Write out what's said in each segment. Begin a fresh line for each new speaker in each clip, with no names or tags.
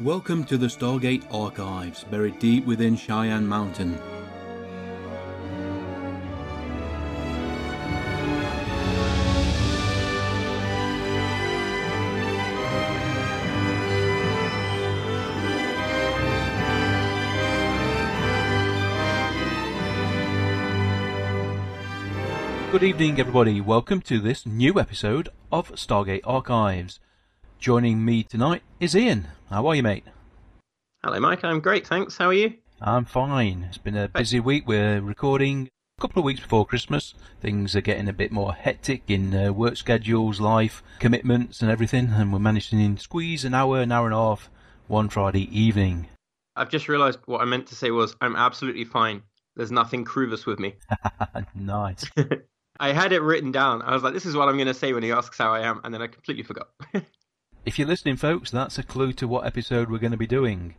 Welcome to the Stargate archives buried deep within Cheyenne Mountain. Good evening, everybody. Welcome to this new episode of Stargate Archives. Joining me tonight is Ian. How are you, mate?
Hello, Mike. I'm great, thanks. How are you?
I'm fine. It's been a busy week. We're recording a couple of weeks before Christmas. Things are getting a bit more hectic in uh, work schedules, life, commitments, and everything. And we're managing to squeeze an hour, an hour and a half one Friday evening.
I've just realised what I meant to say was I'm absolutely fine. There's nothing Kruvus with me.
nice.
I had it written down. I was like, this is what I'm going to say when he asks how I am, and then I completely forgot.
If you're listening, folks, that's a clue to what episode we're going to be doing.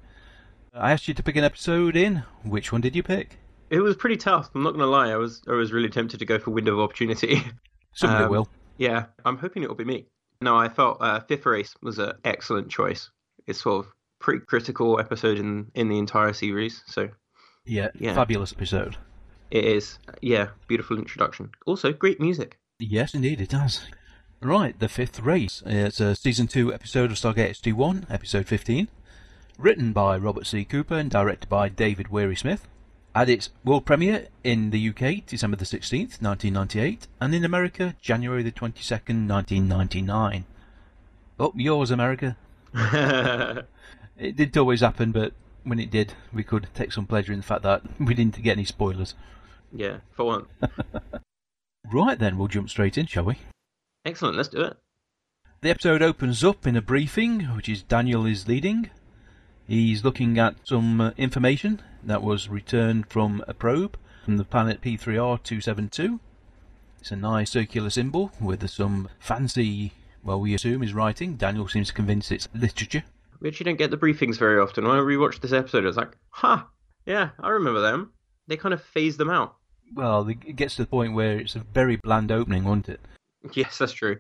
I asked you to pick an episode in. Which one did you pick?
it was pretty tough. I'm not going to lie. I was I was really tempted to go for window of opportunity.
Somebody
Um,
will.
yeah, I'm hoping it will be me. No, I felt uh, Fifth Race was an excellent choice. It's sort of pretty critical episode in in the entire series, so
Yeah,
yeah.
fabulous episode.
it is yeah beautiful introduction. Also, great music.
Yes, indeed, it does. Right, The Fifth Race. It's a season 2 episode of Stargate SG1, episode 15. Written by Robert C. Cooper and directed by David Weary Smith. Had its world premiere in the UK December the 16th, 1998, and in America January the 22nd, 1999. Up yours, America. It didn't always happen, but when it did, we could take some pleasure in the fact that we didn't get any spoilers.
yeah, for one.
Right then, we'll jump straight in, shall we?
Excellent. Let's do it.
The episode opens up in a briefing, which is Daniel is leading. He's looking at some uh, information that was returned from a probe from the planet P3R272. It's a nice circular symbol with some fancy, well, we assume is writing. Daniel seems convinced it's literature.
We actually don't get the briefings very often. When I rewatched this episode, I was like, huh, yeah, I remember them. They kind of phase them out.
Well, it gets to the point where it's a very bland opening, won't it?
Yes, that's true.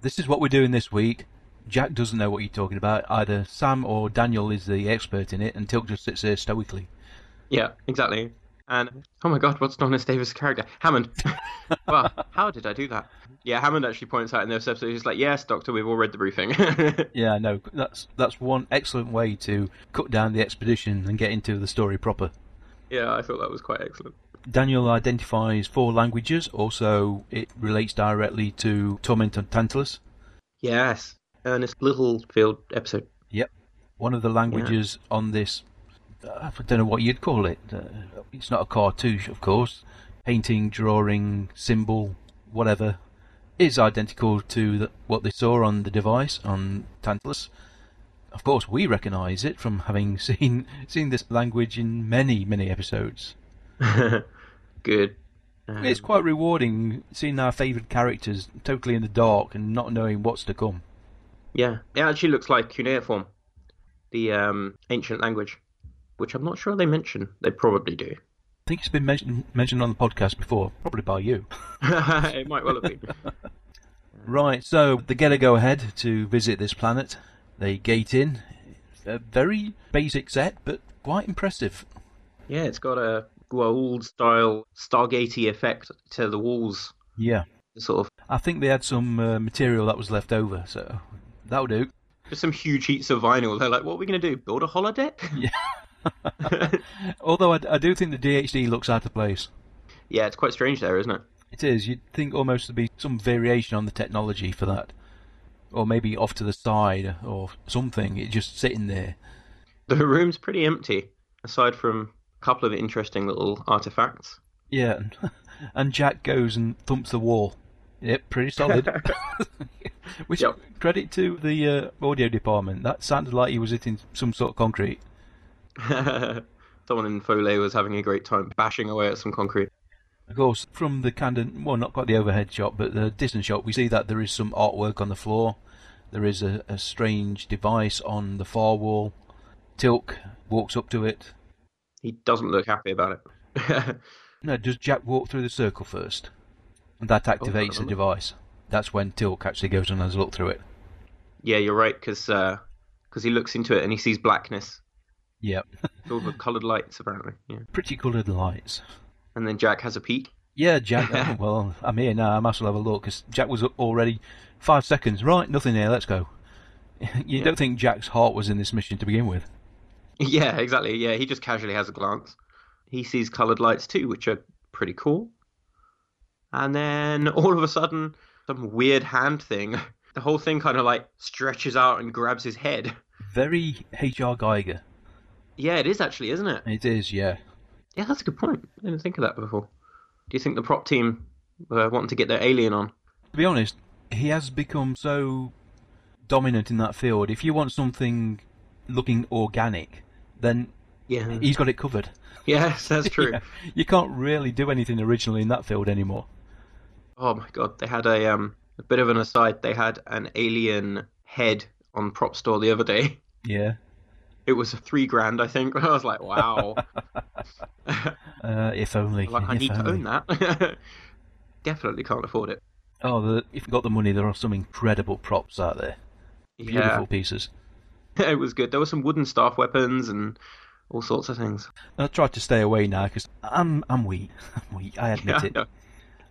This is what we're doing this week. Jack doesn't know what you're talking about. Either Sam or Daniel is the expert in it, and Tilk just sits there stoically.
Yeah, exactly. And oh my god, what's Donis Davis' character? Hammond. well, how did I do that? Yeah, Hammond actually points out in this episode, he's like, yes, Doctor, we've all read the briefing.
Yeah, no, that's that's one excellent way to cut down the expedition and get into the story proper.
yeah, I thought that was quite excellent.
Daniel identifies four languages. Also, it relates directly to Torment on Tantalus.
Yes, Ernest Littlefield episode.
Yep, one of the languages on this. uh, I don't know what you'd call it. Uh, it's not a cartouche, of course. Painting, drawing, symbol, whatever, is identical to the, what they saw on the device on Tantalus. Of course, we recognise it from having seen seen this language in many many episodes.
Good. Um,
It's quite rewarding seeing our favoured characters totally in the dark and not knowing what's to come.
Yeah, it actually looks like cuneiform, the um, ancient language, which I'm not sure they mention. They probably do.
I think it's been mentioned mentioned on the podcast before, probably by you.
it might well have been.
Right, so they get a go ahead to visit this planet. They gate in. A very basic set, but quite impressive.
Yeah, it's got a well, old style Stargatey effect to the walls,
Yeah.
sort of
I think they had some uh, material that was left over, so that'll do.
just some huge sheets of vinyl. They're like, what are we going to do? Build a holodeck?
Although I, I do think the DHD looks out of place.
yeah, it's quite strange there, isn't it?
It is. You'd think almost there'd be some variation on the technology for that. Or maybe off to the side or something. It's just sitting there.
The room's pretty empty, aside from a couple of interesting little artifacts.
Yeah. And Jack goes and thumps the wall. Yep, pretty solid. Which
Yep.
credit to the uh, audio department. That sounded like he was hitting some sort of concrete.
Someone in Foley was having a great time bashing away at some concrete.
Of course, from the Candon, well, not quite the overhead shot, but the distance shot, we see that there is some artwork on the floor. There is a, a strange device on the far wall. Tilk walks up to it.
He doesn't look happy about it.
No, does Jack walk through the circle first? And that activates the
Oh, really?
device. That's when Tilk actually goes and has a look through it.
yeah, you're right, because because uh, he looks into it and he sees blackness,
Yep.
It's all the coloured lights apparently. Yeah,
Pretty coloured lights.
and then Jack has a peek.
Yeah, Jack. oh, well, I'm here now. I must have a look because Jack was up already five seconds. Right, nothing here. Let's go. you don't think Jack's heart was in this mission to begin with?
Yeah, exactly. Yeah, he just casually has a glance. He sees coloured lights too, which are pretty cool. And then all of a sudden, some weird hand thing. The whole thing kind of like stretches out and grabs his head.
Very H.R. Geiger.
Yeah, it is actually, isn't it?
It is, yeah.
Yeah, that's a good point. I didn't think of that before. Do you think the prop team were wanting to get their alien on?
To be honest, he has become so dominant in that field. If you want something looking organic, then
Yeah.
he's got it covered.
Yes, that's true.
Yeah, you can't really do anything originally in that field anymore.
Oh my god, they had a um a bit of an aside. They had an alien head on prop store the other day.
Yeah.
It was three grand, I think. I was like, wow.
Uh, if only.
like I
if
need to
only.
own that. Definitely can't afford it.
Oh, the, if you've got the money, there are some incredible props out there. Beautiful pieces.
Yeah, it was good. There were some wooden staff weapons and all sorts of things.
And I tried to stay away now because I'm I'm weak. I'm weak. I admit it.
Yeah.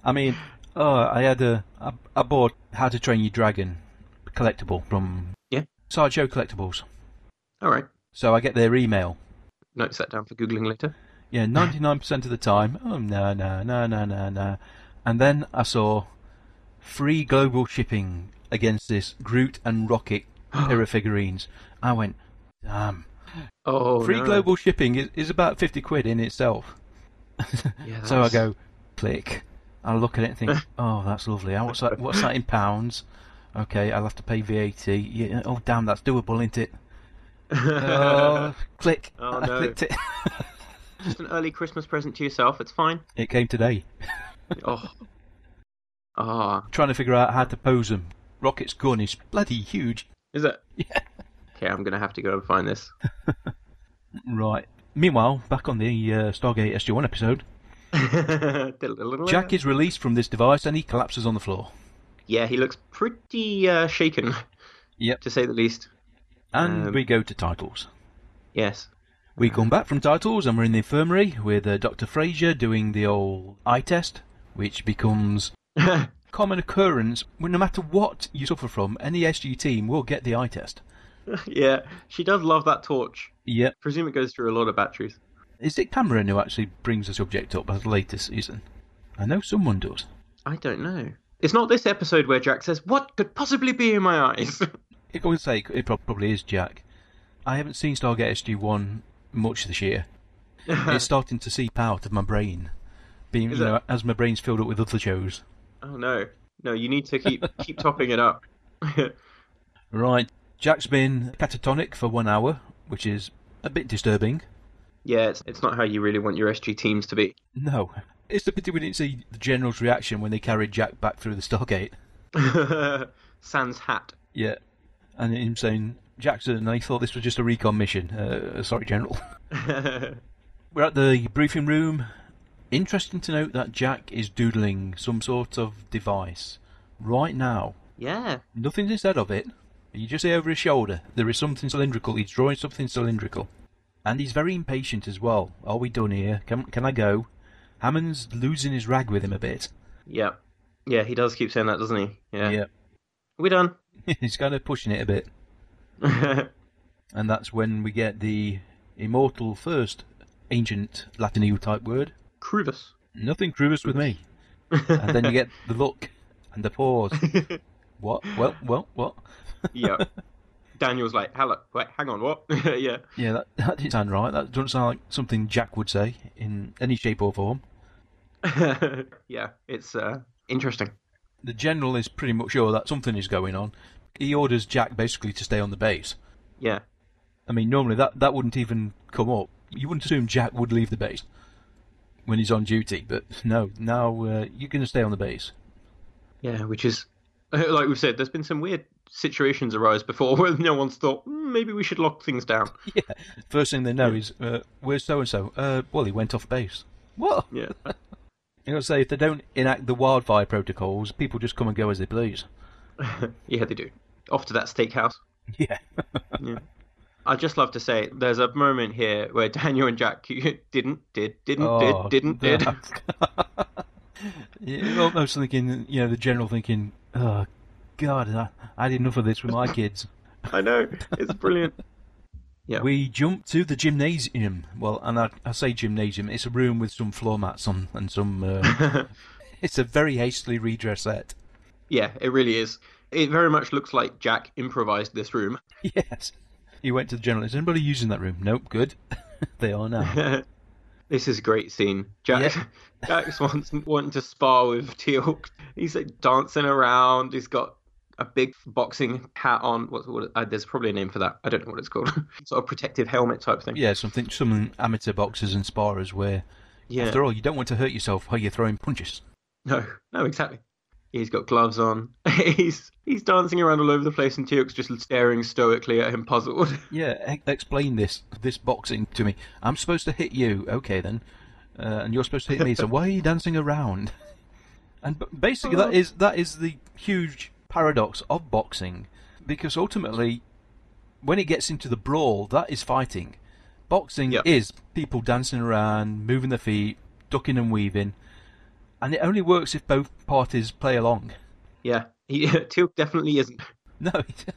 I mean, oh, I had a I, I bought How to Train Your Dragon collectible from
Yeah.
Sideshow Collectibles.
All right.
So I get their email.
Notes that down for googling later.
Yeah, ninety nine percent of the time. Oh no no no no no no. And then I saw free global shipping against this Groot and Rocket pair of figurines. I went, damn.
Oh,
Free
no.
global shipping is, is about 50 quid in itself.
Yeah,
So I
that's-
go, click. I look at it and think, oh, that's lovely. Ah, What's that, what's that in pounds? Okay, I'll have to pay VAT. Yeah, oh, damn, that's doable, isn't it? Oh, click.
Oh,
I
no.
clicked it.
Just an early Christmas present to yourself. It's fine.
it came today.
Oh. Ah,
Trying to figure out how to pose them. Rocket's gun is bloody huge.
is it?
Yeah.
Okay, I'm gonna have to go and find this.
Right. Meanwhile, back on the uh, Stargate SG-1 episode, Jack is released from this device and he collapses on the floor.
Yeah, he looks pretty uh, shaken,
Yep.
to say the least.
And
Um,
we go to titles.
Yes.
We come back from titles and we're in the infirmary with uh, Dr. Fraser doing the old eye test, which becomes common occurrence. Well, No matter what you suffer from, any SG team will get the eye test.
yeah, she does love that torch.
Yep.
Presume it goes through a lot of batteries.
Is it Cameron who actually brings the subject up at a later season? I know someone does.
I don't know. It's not this episode where Jack says, "What could possibly be in my eyes?"
I would say it prob- probably is Jack. I haven't seen Stargate SG-1 much this year. it's starting to seep out of my brain, being
Is
you
it?
know, as my brain's filled up with other shows.
oh no, no, you need to keep keep topping it up.
Right. Jack's been catatonic for one hour, which is a bit disturbing.
yeah, it's it's not how you really want your SG teams to be.
No. It's a pity we didn't see the General's reaction when they carried Jack back through the Stargate.
Sans hat.
Yeah. And him saying, Jackson, I thought this was just a recon mission. Uh, sorry, General. We're at the briefing room. Interesting to note that Jack is doodling some sort of device right now.
yeah,
Nothing's instead of it. You just see over his shoulder, there is something cylindrical. He's drawing something cylindrical. And he's very impatient as well. Are we done here? Can, can I go? Hammond's losing his rag with him a bit.
yeah, yeah. He does keep saying that, doesn't he? Yeah.
Yeah.
We're done.
he's kind of pushing it a bit. And that's when we get the immortal first ancient Latin EU type word.
Crudus.
Nothing crudest with me. And then you get the look and the pause. what? Well, well, what?
yeah. Daniel's like, hello, wait, hang on, what? yeah.
Yeah, that, that didn't sound right. That doesn't sound like something Jack would say in any shape or form.
yeah, it's uh, interesting.
The general is pretty much sure that something is going on. He orders Jack basically to stay on the base.
Yeah.
I mean, normally that, that wouldn't even come up. You wouldn't assume Jack would leave the base when he's on duty, but no, now uh, you're going to stay on the base.
Yeah, which is, like we've said, there's been some weird situations arise before where no one's thought, "Hmm, maybe we should lock things down.
Yeah. First thing they know is, uh, where's so and so? Uh, Well, he went off base. What?
Yeah.
You know, say if they don't enact the wildfire protocols, people just come and go as they please.
yeah, they do. Off to that steakhouse.
Yeah.
Yeah. I'd just love to say there's a moment here where Daniel and Jack didn't, did, didn't,
Oh,
did, didn't, did.
Yeah, almost thinking, you know, the general thinking, oh, God, I, I had enough of this with my kids.
I know. It's brilliant. Yeah.
We jump to the gymnasium. Well, and I, I say gymnasium, it's a room with some floor mats on and some. Uh, it's a very hastily redressed set.
Yeah, it really is. It very much looks like Jack improvised this room.
Yes. He went to the general. Is anybody using that room? Nope, good. they are now.
This is a great scene. Jack, Jack Swanson wanting to spar with Teal. He's like dancing around. He's got a big boxing hat on. What's what? Uh, there's probably a name for that. I don't know what it's called. sort of protective helmet type thing.
Yeah, something some amateur boxers and sparrers wear.
Yeah.
After all, you don't want to hurt yourself while you're throwing punches.
No, no, exactly. He's got gloves on. he's he's dancing around all over the place, and Teal's just staring stoically at him, puzzled.
Yeah, e- explain this this boxing to me. I'm supposed to hit you, okay then, uh, and you're supposed to hit me. So why are you dancing around? And b- basically, that is that is the huge paradox of boxing, because ultimately, when it gets into the brawl, that is fighting. Boxing
Yeah.
is people dancing around, moving their feet, ducking and weaving, and it only works if both parties play along.
yeah, he, Teal definitely isn't.
No,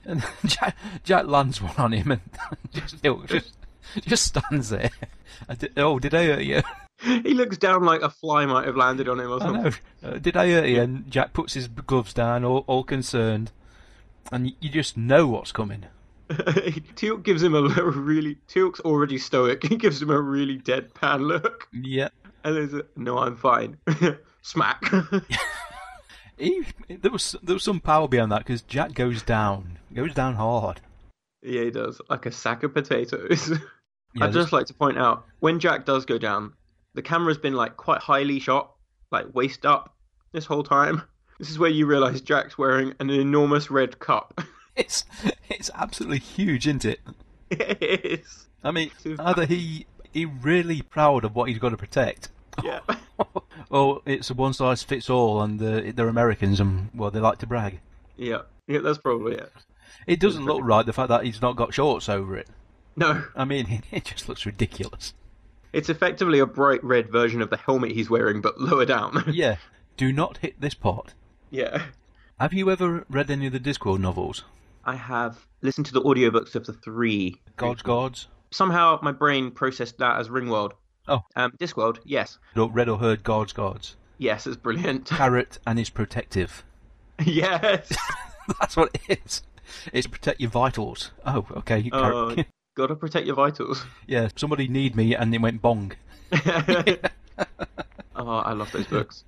and Jack, Jack lands one on him and just, he'll just, just stands there. I di- oh, did I hurt you?
He looks down like a fly might have landed on him or
Oh,
something.
no. Uh, did I hurt you? And Jack puts his gloves down, all, all concerned. And y- you just know what's coming.
Teal'c gives him a lo- really. Teal'c's already stoic. He gives him a really deadpan look,
Yeah.
and there's a, no, I'm fine. Smack.
He, there was there was some power behind that because Jack goes down, goes down hard.
yeah, he does like a sack of potatoes.
Yeah,
I'd just like to point out when Jack does go down, the camera's been like quite highly shot, like waist up this whole time. This is where you realise Jack's wearing an enormous red cup.
it's it's absolutely huge, isn't it?
it is.
I mean,
Too-
either he he really proud of what he's got to protect,
Yeah.
Oh, it's a one size fits all, and uh, they're Americans, and well, they like to brag.
yeah. Yeah, that's probably it.
It doesn't look right. The fact that he's not got shorts over it.
No,
I mean, it just looks ridiculous.
it's effectively a bright red version of the helmet he's wearing, but lower down.
Yeah. Do not hit this pot.
yeah.
Have you ever read any of the Discord novels?
I have listened to the audiobooks of the three.
God's Gods.
Somehow my brain processed that as Ringworld.
Oh.
Um, Discworld, yes.
Or Read or heard God's Gods.
Yes, it's brilliant.
Carrot and his protective.
yes.
That's what it is. It's protect your vitals. Oh, okay. you
Oh,
carrot.
gotta protect your vitals.
yeah. Somebody need me, and it went bong.
oh, I love those books.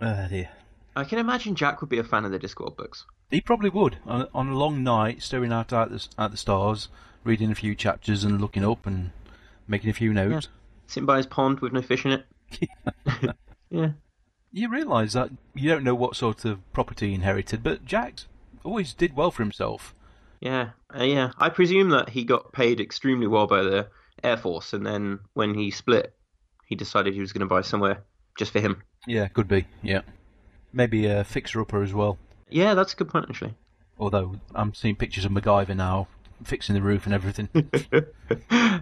Oh dear.
I can imagine Jack would be a fan of the Discworld books.
He probably would on, on a long night, staring out at the, at the stars, reading a few chapters and looking up and making a few notes.
Sitting by his pond with no fish in it. yeah.
You realise that you don't know what sort of property he inherited, but Jack always did well for himself.
Yeah. Uh, yeah. I presume that he got paid extremely well by the Air Force, and then when he split, he decided he was going to buy somewhere just for him.
Yeah, could be. Yeah, maybe a fixer-upper as well.
Yeah, that's a good point, actually.
Although I'm seeing pictures of MacGyver now fixing the roof and everything.
yeah,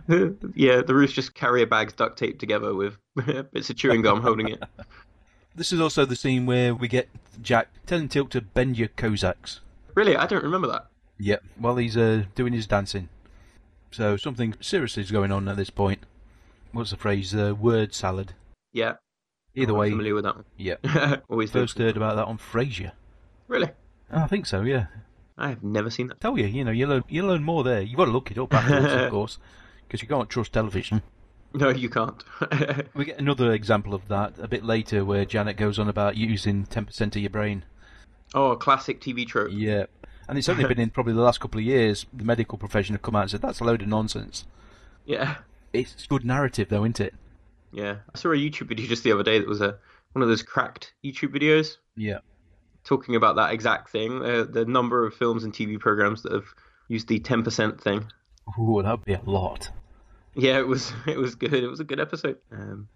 the roof's just carrier bags duct taped together with bits of chewing gum holding it.
this is also the scene where we get Jack telling Tilk to bend your Cossacks.
Really, I don't remember that.
Yep. While he's uh, doing his dancing. So something seriously is going on at this point. What's the phrase? Uh, word salad.
Yeah.
Either
I'm
way,
familiar with that one.
yeah.
Always do.
First heard about that on Frasier. Oh,
Really?
I think so. Yeah.
I have never seen that.
Tell you, you know, you learn you learn more there. You've got to look it up afterwards, of course, because you can't trust television.
No, you can't.
We get another example of that a bit later, where Janet goes on about using ten percent of your brain.
oh, classic TV trope.
Yeah. And it's only been in probably the last couple of years the medical profession have come out and said that's a load of nonsense.
Yeah.
It's good narrative though, isn't it?
Yeah. I saw a YouTube video just the other day that was a one of those cracked YouTube videos
Yeah.
talking about that exact thing. Uh, the number of films and TV programs that have used the 10% thing.
Ooh, that would be a lot.
Yeah, it was it was good. It was a good episode. Um,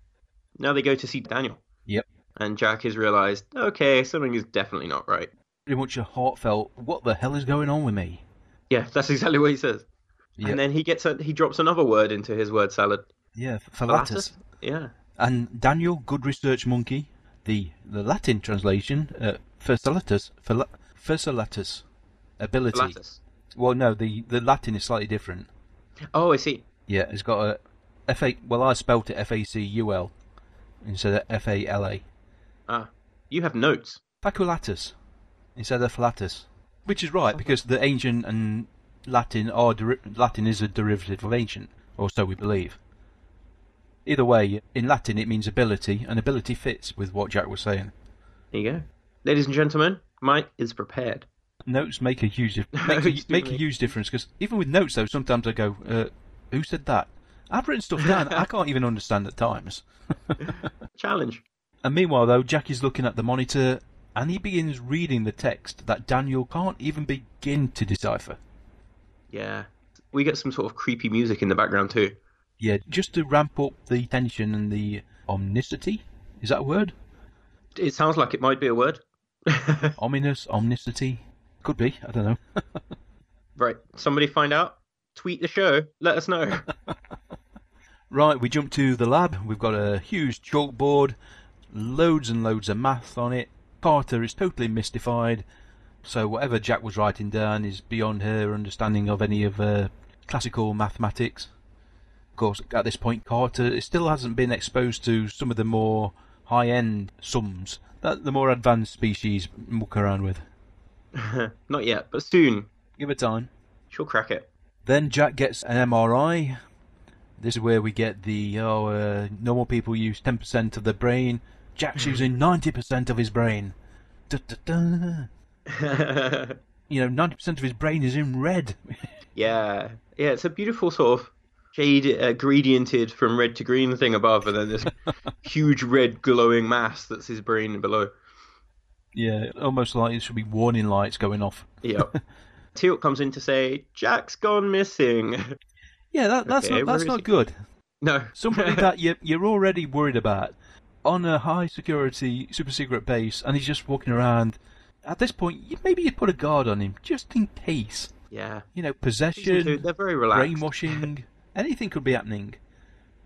now they go to see Daniel.
Yep.
And Jack has realized, okay, something is definitely not right.
pretty much a heartfelt, what the hell is going on with me?
Yeah, that's exactly what he says.
Yep.
And then he gets a, he drops another word into his word salad.
Yeah, Phalatus.
Yeah.
And Daniel, good research monkey, the, the Latin translation, uh, Phasaelatus, Phala- Phasaelatus, ability.
Phalatus.
Well, no, the, the Latin is slightly different.
Oh, I see.
Yeah, it's got a F A. Well, I spelt it F A C U L instead of F A L A.
Ah, you have notes.
Faculatus instead of flatus, which is right because the ancient and Latin are deri- Latin is a derivative of ancient, or so we believe. Either way, in Latin it means ability, and ability fits with what Jack was saying.
There you go. Ladies and gentlemen, Mike is prepared.
Notes make a huge dif- make
You do
a, make a
make-
huge difference because even with notes though, sometimes I go, uh, "Who said that?" I've written stuff down I can't even understand at times.
Challenge.
And meanwhile, though, Jack is looking at the monitor and he begins reading the text that Daniel can't even begin to decipher.
Yeah. We get some sort of creepy music in the background too.
Yeah, just to ramp up the tension and the omnicity. Is that a word?
It sounds like it might be a word.
Ominous, omnicity? Could be, I don't know.
right. Somebody find out. Tweet the show. Let us know.
Right, we jump to the lab. We've got a huge chalkboard, loads and loads of math on it. Carter is totally mystified, so whatever Jack was writing down is beyond her understanding of any of uh, classical mathematics. Of course, at this point, Carter still hasn't been exposed to some of the more high end sums that the more advanced species muck around with.
Not yet, but soon.
Give it time.
She'll crack it.
Then Jack gets an MRI. This is where we get the oh, uh, normal people use 10% of their brain. Jack's using 90% of his brain. Da, da, da. You know, 90% of his brain is in red.
yeah. Yeah, it's a beautiful sort of shade uh, gradiented from red to green thing above, and then this huge red glowing mass that's his brain below.
yeah, almost like it should be warning lights going off.
Yep. Teal comes in to say, Jack's gone missing.
Yeah, that, that's
Okay,
not
where
that's
is
not
he?
good.
no.
Somebody that you, you're already worried about on a high security, super secret base, and he's just walking around. At this point, you, maybe you put a guard on him just in case.
Yeah.
You know,
Season
possession.
two, they're very relaxed.
brainwashing, anything could be happening.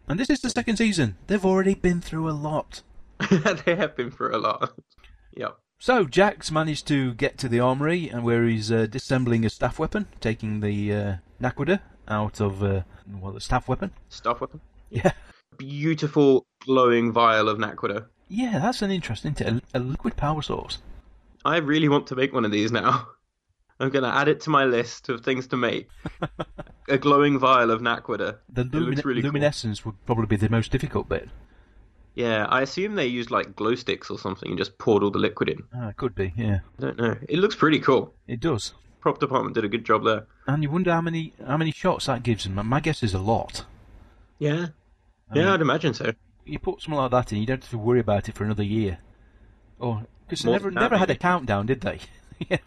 And this is the second season. They've already been through a lot.
they have been through a lot. yep.
So Jack's managed to get to the armory, and where he's uh, disassembling a staff weapon, taking the uh, Nakwada out of uh, well, the staff weapon.
Staff weapon.
Yeah,
Beautiful glowing vial of Naquita.
yeah, that's an interesting. T- a, a liquid power source.
I really want to make one of these now. I'm going to add it to my list of things to make. a glowing vial of Naquita.
The
It looks
lumine-
really cool.
luminescence would probably be the most difficult bit.
Yeah, I assume they used like glow sticks or something and just poured all the liquid in.
Ah, it could be. Yeah,
I don't know. It looks pretty cool.
it does.
Prop department did a good job there.
And you wonder how many how many shots that gives him. My guess is a lot.
Yeah. Yeah, I'd imagine so.
you put something like that in, you don't have to worry about it for another year. Or because they
More
never
than that,
never had a
maybe.
countdown, did they? yeah,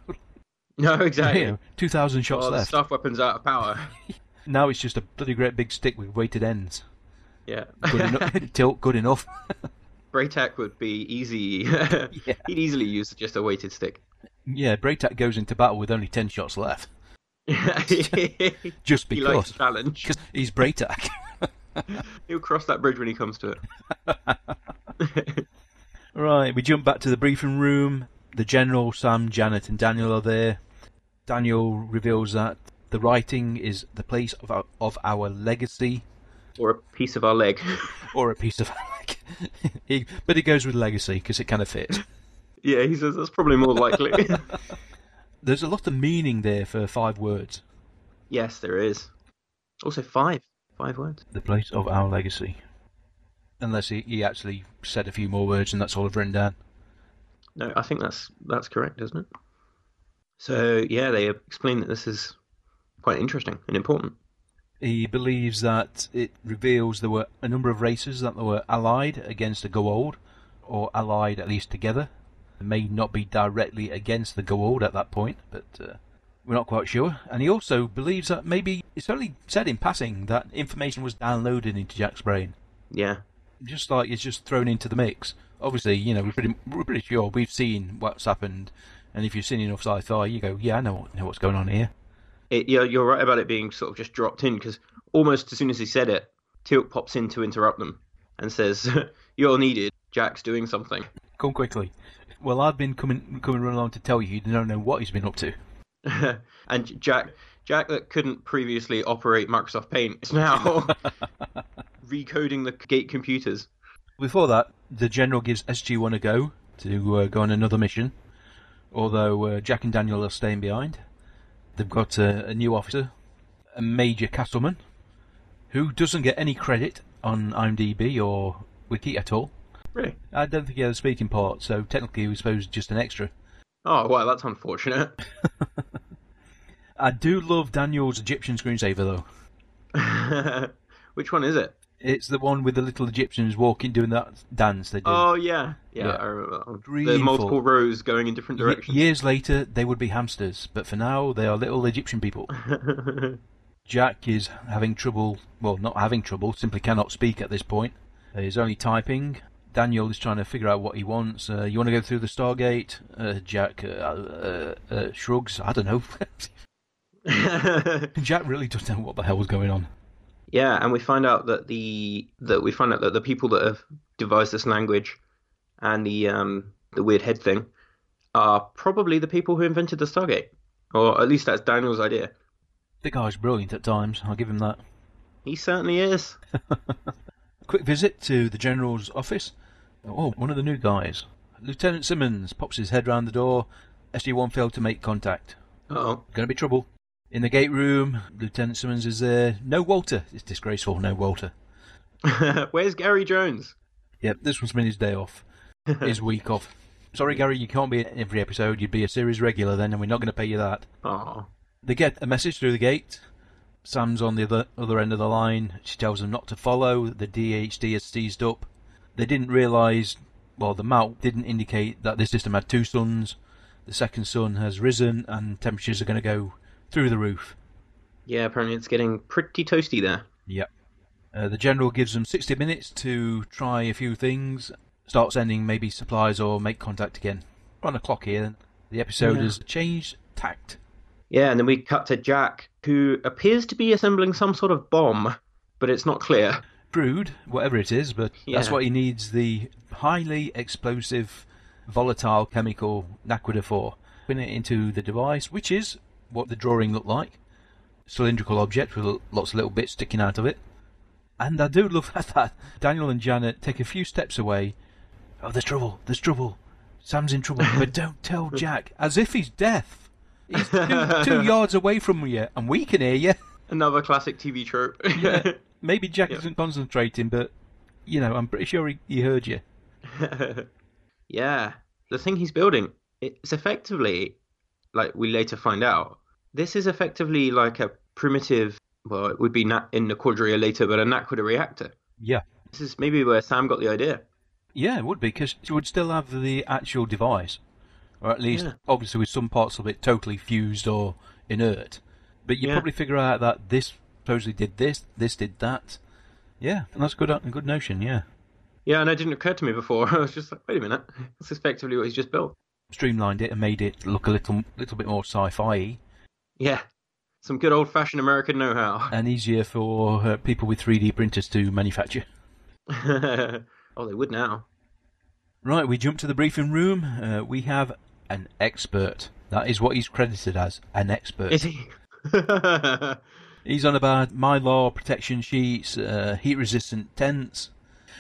No, exactly.
two thousand shots
oh, the
left.
staff weapon's out of power.
Now it's just a bloody great big stick with weighted ends.
Yeah.
Good enough. Tilt good enough.
Braytac would be easy. He'd easily use just a weighted stick.
yeah, Braytac goes into battle with only ten shots left,
he
just because
likes challenge.
because he's Braytac.
He'll cross that bridge when he comes to it.
Right, we jump back to the briefing room. The general, Sam, Janet, and Daniel are there. Daniel reveals that the writing is the place of our, of our legacy.
Or a piece of our leg.
or a piece of he, but it goes with legacy because it kind of fits.
yeah, he says that's probably more likely.
There's a lot of meaning there for five words.
yes, there is. Also, five. Five words.
The place of our legacy. Unless he, he actually said a few more words and that's all I've written down.
No, I think that's that's correct, isn't it? So yeah, they explain that this is quite interesting and important.
He believes that it reveals there were a number of races that were allied against the Goa'uld, or allied at least together. It may not be directly against the Goa'uld at that point, but uh, we're not quite sure. And he also believes that maybe it's only said in passing that information was downloaded into Jack's brain,
Yeah.
just like it's just thrown into the mix. Obviously, you know we're pretty, we're pretty sure we've seen what's happened, and if you've seen enough sci-fi, you go, yeah, I know, know what's going on here.
it, you're, you're right about it being sort of just dropped in because almost as soon as he said it, Teal'c pops in to interrupt them and says, "You're needed. Jack's doing something."
Come quickly. Well, I've been coming coming running along to tell you. You don't know what he's been up to.
and Jack, Jack that couldn't previously operate Microsoft Paint is now recoding the gate computers.
Before that, the general gives SG1 a go to uh, go on another mission, although uh, Jack and Daniel are staying behind. They've got uh, a new officer, a Major Castleman, who doesn't get any credit on IMDb or Wiki at all.
Really?
I don't think he had a speaking part, so technically he was supposed to be just an extra.
Oh wow, that's unfortunate.
I do love Daniel's Egyptian screensaver though.
Which one is it?
It's the one with the little Egyptians walking doing that dance they do.
Oh yeah, yeah,
Yeah.
I remember that one.
Really
the multiple
full.
rows going in different
Ye-
directions.
years later, they would be hamsters, but for now, they are little Egyptian people. Jack is having trouble, well, not having trouble, simply cannot speak at this point. He's only typing. Daniel is trying to figure out what he wants. Uh, you want to go through the Stargate? Uh, Jack uh, uh, uh, shrugs. I don't know. Jack really doesn't know what the hell was going on.
yeah, and we find out that the that we find out that the people that have devised this language and the um the weird head thing are probably the people who invented the Stargate, or at least that's Daniel's idea.
The guy's brilliant at times. I'll give him that.
He certainly is.
Quick visit to the general's office. Oh, one of the new guys. Lieutenant Simmons pops his head round the door. SG-1 failed to make contact.
Oh,
Gonna be trouble. In the gate room, Lieutenant Simmons is there. No Walter. It's disgraceful, no Walter.
where's Gary Jones?
Yep, this one's been his day off. his week off. Sorry, Gary, you can't be in every episode. You'd be a series regular then, and we're not going to pay you that.
Oh,
They get a message through the gate. Sam's on the other, other end of the line. She tells them not to follow. The DHD has seized up. They didn't realise, well, the map didn't indicate that this system had two suns. The second sun has risen, and temperatures are going to go through the roof.
yeah. Apparently, it's getting pretty toasty there.
Yep. Uh, the general gives them 60 minutes to try a few things, start sending maybe supplies or make contact again. We're on a clock here. The episode
Yeah.
has changed tact.
Yeah, and then we cut to Jack, who appears to be assembling some sort of bomb, but it's not clear.
Brood, whatever it is, but that's
Yeah.
what he needs the highly explosive, volatile chemical Naquita for. Put it into the device, which is what the drawing looked like cylindrical object with lots of little bits sticking out of it. And I do love that Daniel and Janet take a few steps away. Oh, there's trouble, there's trouble. Sam's in trouble, but don't tell Jack, as if he's deaf. He's two, two yards away from you, and we can hear you.
Another classic TV trope.
Maybe Jack
Yeah.
isn't concentrating, but you know, I'm pretty sure he, he heard you.
yeah, the thing he's building, it's effectively, like we later find out, this is effectively like a primitive, well, it would be na- in the Quadria later, but a Naquita reactor.
Yeah.
This is maybe where Sam got the idea.
Yeah, it would be because you would still have the actual device, or at least,
Yeah.
obviously, with some parts of it totally fused or inert. But you
Yeah.
probably figure out that this supposedly did this, this did that. Yeah, and that's a good, a good notion. Yeah,
Yeah, and it didn't occur to me before. I was just like, wait a minute, that's effectively what he's just built.
streamlined it and made it look a little, little bit more sci-fi
Yeah, some good old fashioned American know how.
and easier for uh, people with 3D printers to manufacture.
oh, they would now.
Right, we jump to the briefing room. Uh, we have an expert. That is what he's credited as an expert.
Is he? yeah,
He's on about mylar protection sheets, uh, heat resistant tents.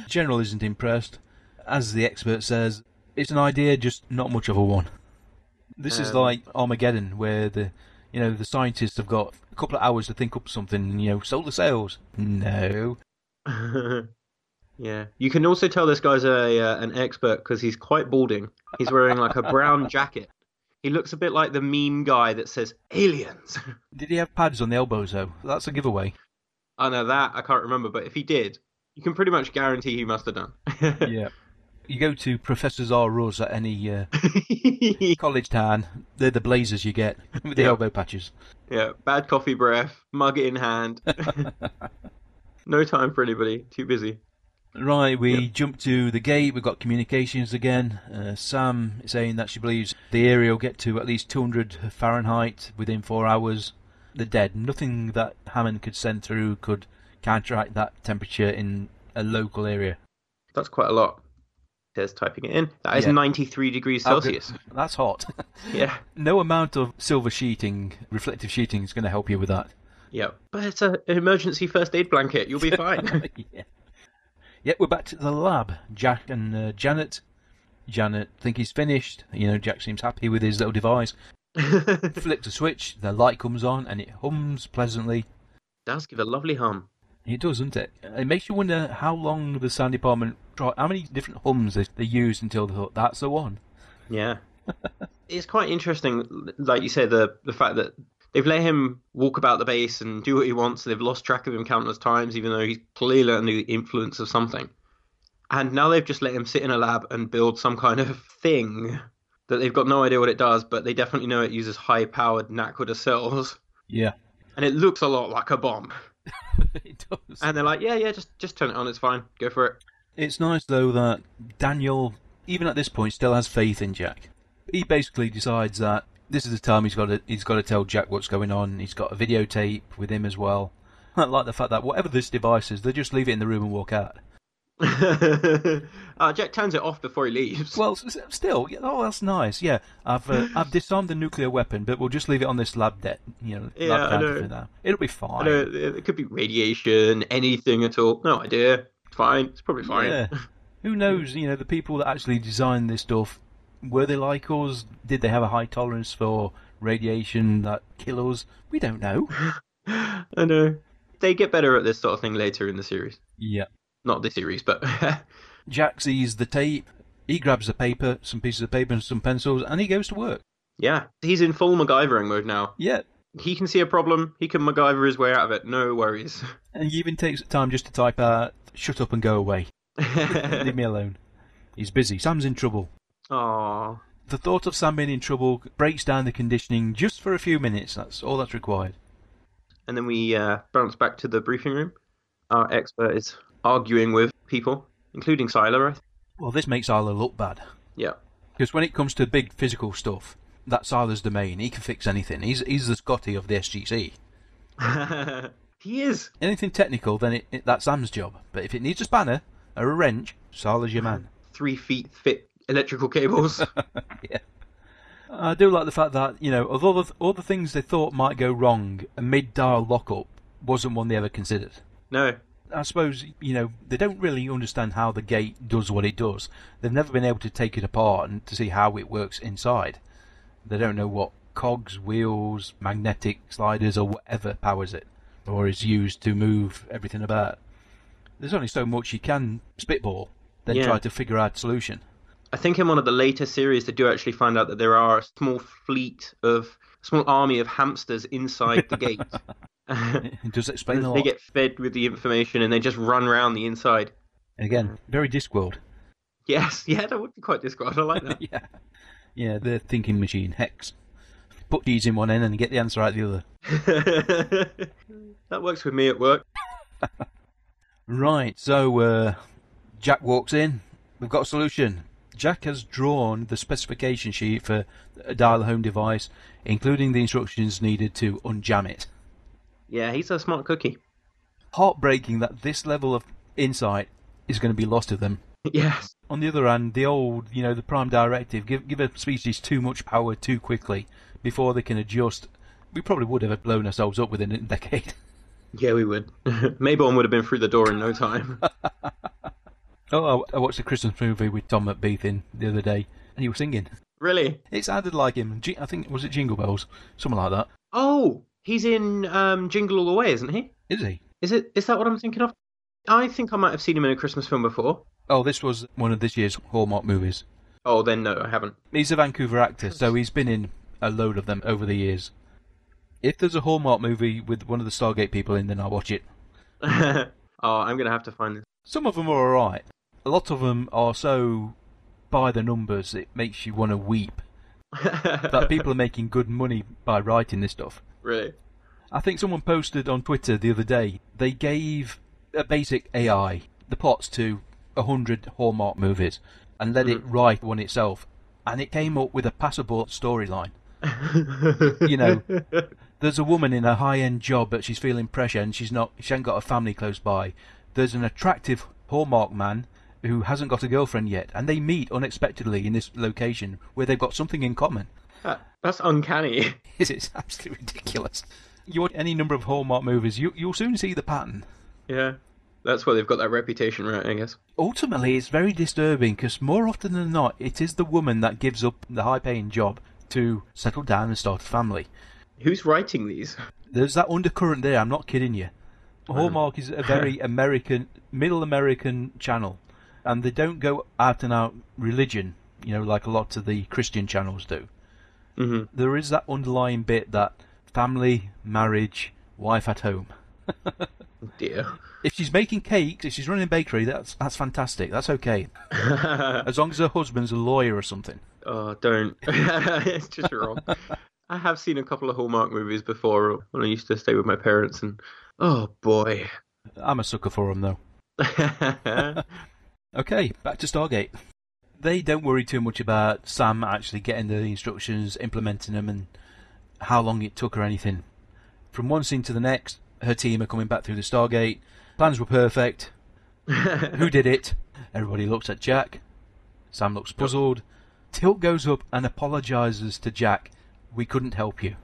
General isn't impressed. As the expert says, it's an idea, just not much of a one. This is
Um,
like Armageddon, where the you know the scientists have got a couple of hours to think up something. You know, solar sails. No,
you can also tell this guy's a uh, an expert because he's quite balding. He's wearing like a brown jacket. He looks a bit like the meme guy that says aliens.
did he have pads on the elbows though? That's a giveaway.
I know that I can't remember, but if he did, you can pretty much guarantee he must have done.
yeah. You go to Professors R Us at any uh, college town, they're the blazers you get with the
Yeah.
elbow patches.
yeah, bad coffee breath, mug in hand. no time for anybody. Too busy.
Right, we jump to the gate. We've got communications again. Uh, Sam is saying that she believes the area will get to at least 200 Fahrenheit within four hours. the dead. Nothing that Hammond could send through could counteract that temperature in a local area.
That's quite a lot. There's typing it in. That is
Yeah.
93 degrees
Oh, good.
Celsius.
That's hot.
Yeah.
no amount of silver sheeting, reflective sheeting, is going to help you with that.
Yeah. But it's a, an emergency first aid blanket. You'll be fine.
yeah. Yep, we're back to the lab. Jack and uh, Janet. Janet think he's finished. You know, Jack seems happy with his little device. Flips a switch, the light comes on, and it hums pleasantly.
Does give a lovely hum.
It does, doesn't it? It makes you wonder how long the sound department tried, how many different hums they, they used until they thought that's the one.
Yeah. it's quite interesting, like you say, the the fact that they've let him walk about the base and do what he wants. They've lost track of him countless times, even though he's clearly under the influence of something. And now they've just let him sit in a lab and build some kind of thing that they've got no idea what it does, but they definitely know it uses high powered Nakoda cells.
Yeah,
And it looks a lot like a bomb.
it does.
And they're like, yeah, yeah, just just turn it on, it's fine, go for it.
It's nice though that Daniel, even at this point, still has faith in Jack. He basically decides that this is the time he's got to he's got to tell Jack what's going on. He's got a videotape with him as well. I like the fact that whatever this device is, they just leave it in the room and walk out.
uh, Jack turns it off before he leaves.
Well, s- s- still, yeah, oh, that's nice. Yeah, I've uh, I've disarmed the nuclear weapon, but we'll just leave it on this lab debt. You know,
Yeah,
lab
I
counter
know.
for now. It'll be
I
fine.
know it it could be radiation, anything at all. No idea. It's fine. It's probably fine.
Yeah. Who knows? You know, the people that actually designed this stuff were they like us? Did they have a high tolerance for radiation that kills? We don't know.
I know. They get better at this sort of thing later in the series.
Yeah.
Not this series, but
Jack sees the tape. He grabs the paper, some pieces of paper, and some pencils, and he goes to work.
yeah, he's in full MacGyvering mode now.
Yeah.
He can see a problem. He can MacGyver his way out of it. No worries.
And he even takes the time just to type out, "Shut up and go away. Leave me alone." He's busy. Sam's in trouble.
Aww.
The thought of Sam being in trouble breaks down the conditioning just for a few minutes. That's all that's required.
And then we uh, bounce back to the briefing room. Our expert is arguing with people, including Siler. I th-
Well, this makes Isla look bad.
yeah.
Because when it comes to big physical stuff, that's Siler's domain. He can fix anything. He's he's the Scotty of the SGC.
he is.
Anything technical, then it, it, that's Sam's job. But if it needs a spanner or a wrench, Siler's your man.
Three feet thick electrical cables.
yeah. I do like the fact that you know, of all the all the things they thought might go wrong, a mid-dial lockup wasn't one they ever considered.
no.
I suppose you know they don't really understand how the gate does what it does. They've never been able to take it apart and to see how it works inside. They don't know what cogs, wheels, magnetic sliders, or whatever powers it, or is used to move everything about. There's only so much you can spitball, then
Yeah.
try to figure out a solution.
I think in one of the later series, they do actually find out that there are a small fleet of, a small army of hamsters inside the gate.
It does explain a
they
lot.
get fed with the information and they just run around the inside.
Again, very Discworld.
Yes, yeah, that would be quite disqualified. I like that.
yeah, yeah, the thinking machine hex. Put these in one end and get the answer out the other.
that works with me at work.
Right, so uh, Jack walks in. We've got a solution. Jack has drawn the specification sheet for a dial home device, including the instructions needed to unjam it.
Yeah, he's a smart cookie.
Heartbreaking that this level of insight is going to be lost to them.
Yes.
On the other hand, the old, you know, the prime directive give give a species too much power too quickly before they can adjust. We probably would have blown ourselves up within a decade.
Yeah, we would. Mayborn would have been through the door in no time.
Oh, I I watched a Christmas movie with Tom McBeath in the other day, and he was singing.
really?
It sounded like him. Ji- I think was it Jingle Bells, something like that.
Oh, he's in um, Jingle All the Way, isn't he?
Is he?
Is it? Is that what I'm thinking of? I think I might have seen him in a Christmas film before.
Oh, this was one of this year's Hallmark movies.
Oh, then no, I haven't.
He's a Vancouver actor, so he's been in a load of them over the years. If there's a Hallmark movie with one of the Stargate people in, then I'll watch it.
oh, I'm gonna have to find this.
Some of them are alright. A lot of them are so by the numbers it makes you want to weep that people are making good money by writing this stuff.
really?
I think someone posted on Twitter the other day they gave a basic AI the plots to a hundred Hallmark movies and let it write one itself, and it came up with a passable storyline. you know, there's a woman in a high-end job, but she's feeling pressure and she's not. She ain't got a family close by. There's an attractive hallmark man who hasn't got a girlfriend yet, and they meet unexpectedly in this location where they've got something in common.
That- that's uncanny.
It's, it's absolutely ridiculous. You watch any number of Hallmark movies, you, you'll soon see the pattern.
Yeah, that's why they've got that reputation, right? I guess.
Ultimately, it's very disturbing because more often than not, it is the woman that gives up the high-paying job to settle down and start a family.
Who's writing these? Oh,
There's that undercurrent there. I'm not kidding you. Hallmark is a very American, middle American channel, and they don't go out and out religion, you know, like a lot of the Christian channels do.
Mhm.
There is that underlying bit that family, marriage, wife at home.
Dear.
If she's making cakes, if she's running a bakery, that's that's fantastic. That's okay, as long as her husband's a lawyer or something.
Oh, don't. it's just wrong. I have seen a couple of Hallmark movies before when I used to stay with my parents, and oh boy.
I'm a sucker for them though. Okay, back to Stargate. They don't worry too much about Sam actually getting the instructions, implementing them, and how long it took or anything. From one scene to the next, her team are coming back through the Stargate. Plans were perfect. Who did it? Everybody looks at Jack. Sam looks puzzled. Tilt goes up and apologizes to Jack. We couldn't help you.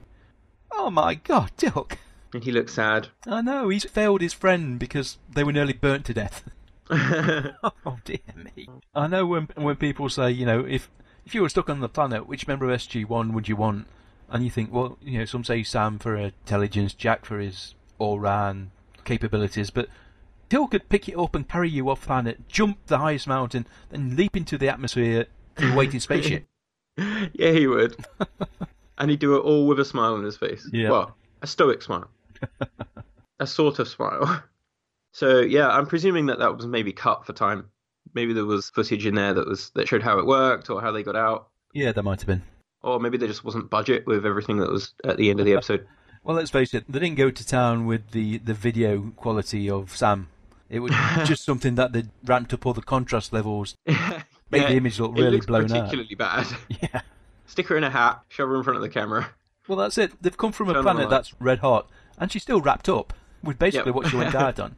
Oh my god, Tilt!
and he looks sad.
I know, he's failed his friend because they were nearly burnt to death. Oh dear me! I know when when people say, you know, if if you were stuck on the planet, which member of SG One would you want? And you think, well, you know, some say Sam for her intelligence, Jack for his Oran capabilities, but Till could pick it up and carry you off planet, jump the highest mountain, then leap into the atmosphere through a waiting spaceship.
yeah, he would. and he'd do it all with a smile on his face.
Yeah.
Well, a stoic smile. a sort of smile. So yeah, I'm presuming that that was maybe cut for time. Maybe there was footage in there that was that showed how it worked or how they got out,
Yeah, there might have been.
or maybe there just wasn't budget with everything that was at the end of the episode.
Well, let's face it, they didn't go to town with the, the video quality of Sam. It was just something that they ramped up all the contrast levels. Made the image look
it
really
looks
blown out.
particularly bad.
Yeah.
Stick her in a hat, shove her in front of the camera.
Well, that's it. They've come from a
Turn on the
planet
light.
that's red hot, and she's still wrapped up with basically
Yep.
what she went out on.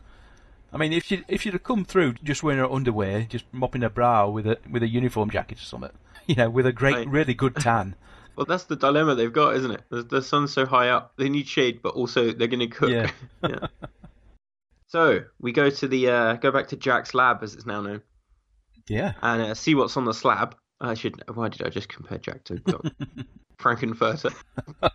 I mean, if she if she'd have come through just wearing her underwear, just mopping her brow with a with a uniform jacket or something, you know, with a great,
Right.
really good tan.
Well, that's the dilemma they've got, isn't it? The, the sun's so high up, they need shade, but also they're going to cook.
Yeah.
Yeah. So we go to the uh, go back to Jack's lab, as it's now known,
yeah,
and uh, see what's on the slab. I should. Why did I just compare Jack to Doc? Frankenfurter? I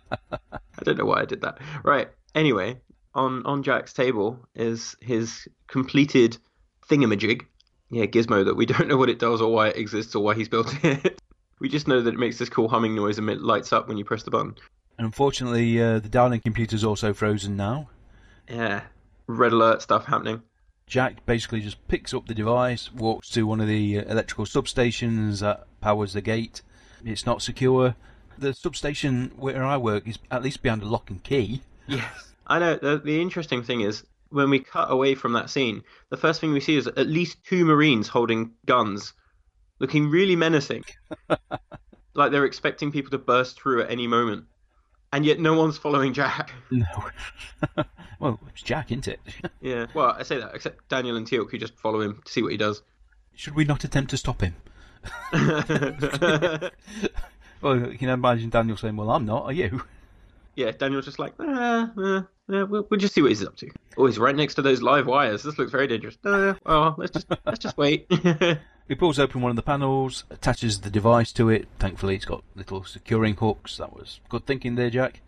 don't know why I did that. Right. Anyway, on on Jack's table is his completed thingamajig. Yeah, gizmo that we don't know what it does or why it exists or why he's built it. We just know that it makes this cool humming noise and it lights up when you press the button.
and unfortunately, uh, the Dowling computer's also frozen now.
Yeah. Red alert stuff happening.
Jack basically just picks up the device, walks to one of the uh, electrical substations that powers the gate. It's not secure. The substation where I work is at least behind a lock and key.
Yes. I know. The, the interesting thing is, when we cut away from that scene, the first thing we see is at least two Marines holding guns, looking really menacing. like they're expecting people to burst through at any moment. And yet no one's following Jack.
No. well, it's Jack, isn't it?
Yeah. Well, I say that, except Daniel and Teal'c, who just follow him to see what he does.
Should we not attempt to stop him? Well, you can imagine Daniel saying, Well, I'm not, are you?
yeah, Daniel's just like, ah, ah, ah, we'll, we'll just see what he's up to. Oh, he's right next to those live wires. This looks very dangerous. Ah, well, let's just, let's just wait.
He pulls open one of the panels, attaches the device to it. Thankfully, it's got little securing hooks. That was good thinking there, Jack.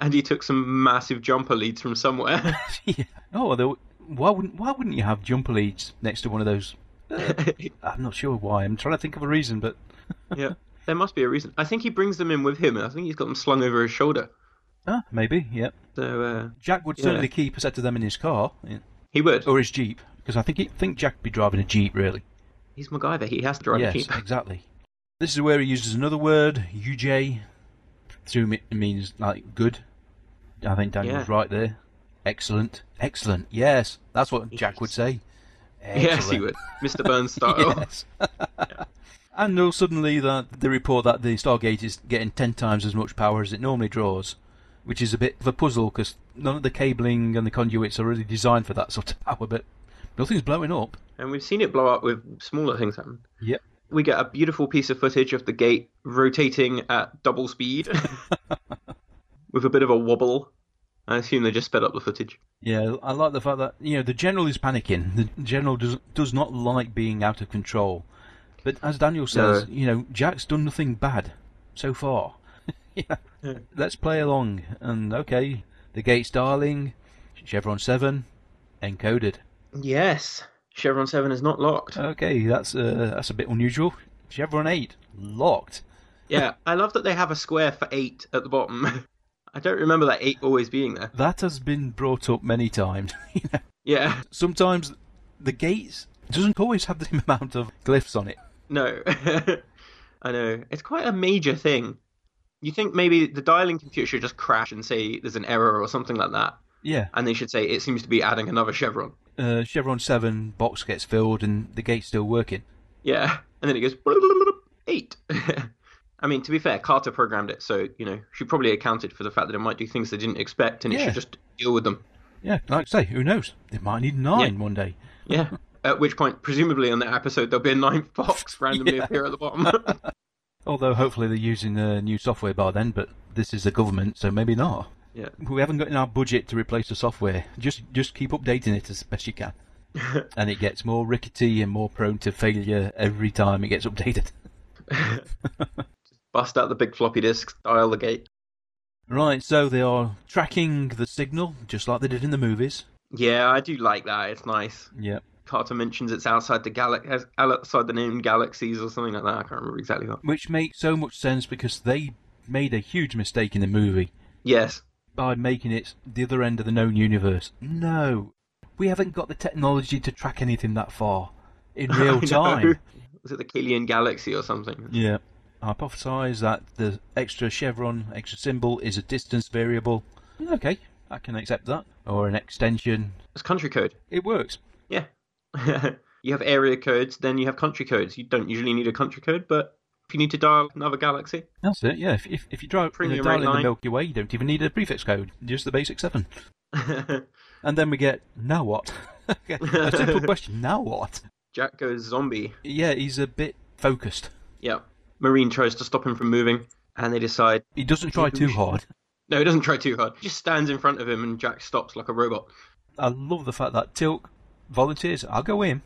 and he took some massive jumper leads from somewhere.
yeah. Oh, there, why wouldn't why wouldn't you have jumper leads next to one of those? I'm not sure why. I'm trying to think of a reason, but
yeah, there must be a reason. I think he brings them in with him. I think he's got them slung over his shoulder.
ah, maybe. Yeah.
So uh,
Jack would
Yeah.
certainly keep a set of them in his car yeah.
he would. Oh,
or his jeep, because I think he, think Jack'd be driving a jeep really.
He's MacGyver. He has to drive
yes,
a jeep.
exactly. This is where he uses another word, UJ. Through me- means like good. I think Daniel's
Yeah.
right there. Excellent. Excellent. Yes. That's what Jack would say.
Oh. Yes, he would. Mr. Burns style.
Yes. And they'll suddenly that they report that the Stargate is getting ten times as much power as it normally draws, which is a bit of a puzzle because none of the cabling and the conduits are really designed for that sort of power. But nothing's blowing up.
And we've seen it blow up with smaller things happen.
Yep.
We get a beautiful piece of footage of the gate rotating at double speed with a bit of a wobble. I assume they just sped up the footage.
Yeah, I like the fact that you know the general is panicking. The general does does not like being out of control. But as Daniel says, you know, Jack's done nothing bad so far. yeah.
Yeah.
Let's play along. And okay, the gate's darling, Chevron 7, encoded.
Yes. Chevron 7 is not locked.
Okay, that's uh, that's a bit unusual. Chevron 8, locked.
yeah, I love that they have a square for 8 at the bottom. I don't remember that 8 always being there.
That has been brought up many times. you know.
Yeah,
Sometimes the gates doesn't always have the same amount of glyphs on it.
no. I know. It's quite a major thing. You think maybe the dialing computer should just crash and say there's an error or something like that.
Yeah,
And they should say it seems to be adding another chevron.
uh, Chevron 7 box gets filled and the gate's still working.
Yeah, and then it goes "Blub, blub, blub, eight. I mean, to be fair, Carter programmed it, so you know she probably accounted for the fact that it might do things they didn't expect, and it
Yeah.
should just deal with them.
Yeah, like I say, who knows? They might need 9 one day.
Yeah. At which point, presumably on that episode, there'll be a ninth box randomly
Yeah.
appear at the bottom.
Although hopefully they're using uh, new software by then, but this is the government, so maybe not.
yeah.
We haven't got in our budget to replace the software. Just just keep updating it as best you can. and it gets more rickety and more prone to failure every time it gets updated.
Bust out the big floppy disk, dial the gate.
Right, so they are tracking the signal just like they did in the movies.
Yeah, I do like that. It's nice.
Yeah.
Carter mentions it's outside the galaxy, outside the named galaxies or something like that. I can't remember exactly what.
Which makes so much sense because they made a huge mistake in the movie
Yes.
by making it the other end of the known universe. No. We haven't got the technology to track anything that far in
I
real
know.
time.
Was it the Kalian galaxy or something?
Yeah. Hypothesize that the extra chevron, extra symbol is a distance variable. Mm, Okay, I can accept that. Or an extension.
It's country code.
It works.
Yeah. you have area codes, then you have country codes. You don't usually need a country code, but if you need to dial another galaxy,
That's it, yeah. If, if, if you drive you know,
Premium
dial
rate
in the
line.
Milky Way, you don't even need a prefix code, just the basic 7.
Jack
And then we get, now what? Okay, a simple question, now what?
goes zombie.
Yeah, he's a bit focused.
Yeah. Marine tries to stop him from moving, and they decide
He doesn't try too hard.
no, he doesn't try too hard. He just stands in front of him, and Jack stops like a robot.
I love the fact that Tilk volunteers. I'll go in.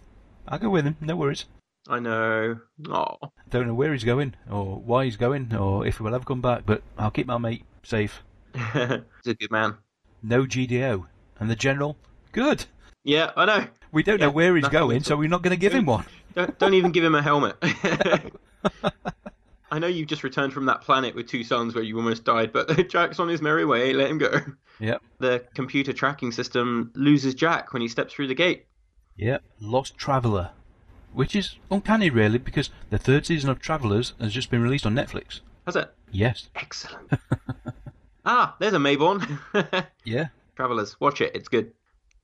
I'll go with him, no worries.
I know. Oh,
Don't know where he's going or why he's going or if he will ever come back, but I'll keep my mate safe.
he's a good man.
No GDO. And the general, good.
Yeah, I know.
We don't know
Yeah,
where he's
nothing
going,
at
so we're not going to give him one.
Don't don't even give him a helmet. I know you've just returned from that planet with two sons where you almost died, but Jack's on his merry way. Let him go.
Yep.
the computer tracking system loses Jack when he steps through the gate.
Yep. Lost Traveller. Which is uncanny, really, because the third season of Travellers has just been released on Netflix.
Has it?
Yes.
Excellent. ah, there's a Mayborn.
Yeah.
Travelers, watch it. It's good.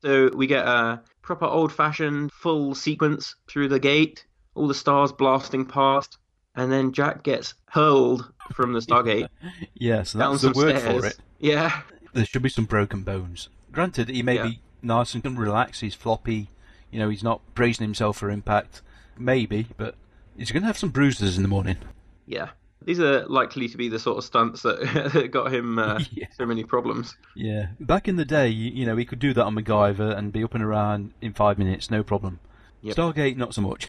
So we get a proper old fashioned full sequence through the gate, all the stars blasting past, and then Jack gets hurled from the Stargate
Yes,
down
that's
some
the word
stairs.
for it.
Yeah.
There should be some broken bones. Granted, he may
Yeah.
be nice and can relax, he's floppy, you know, he's not bracing himself for impact. Maybe, but he's going to have some bruises in the morning.
Yeah. These are likely to be the sort of stunts that got him uh,
Yeah.
so many problems.
Yeah. Back in the day, you, you know, he could do that on MacGyver and be up and around in five minutes, no problem.
Yep.
Stargate, not so much.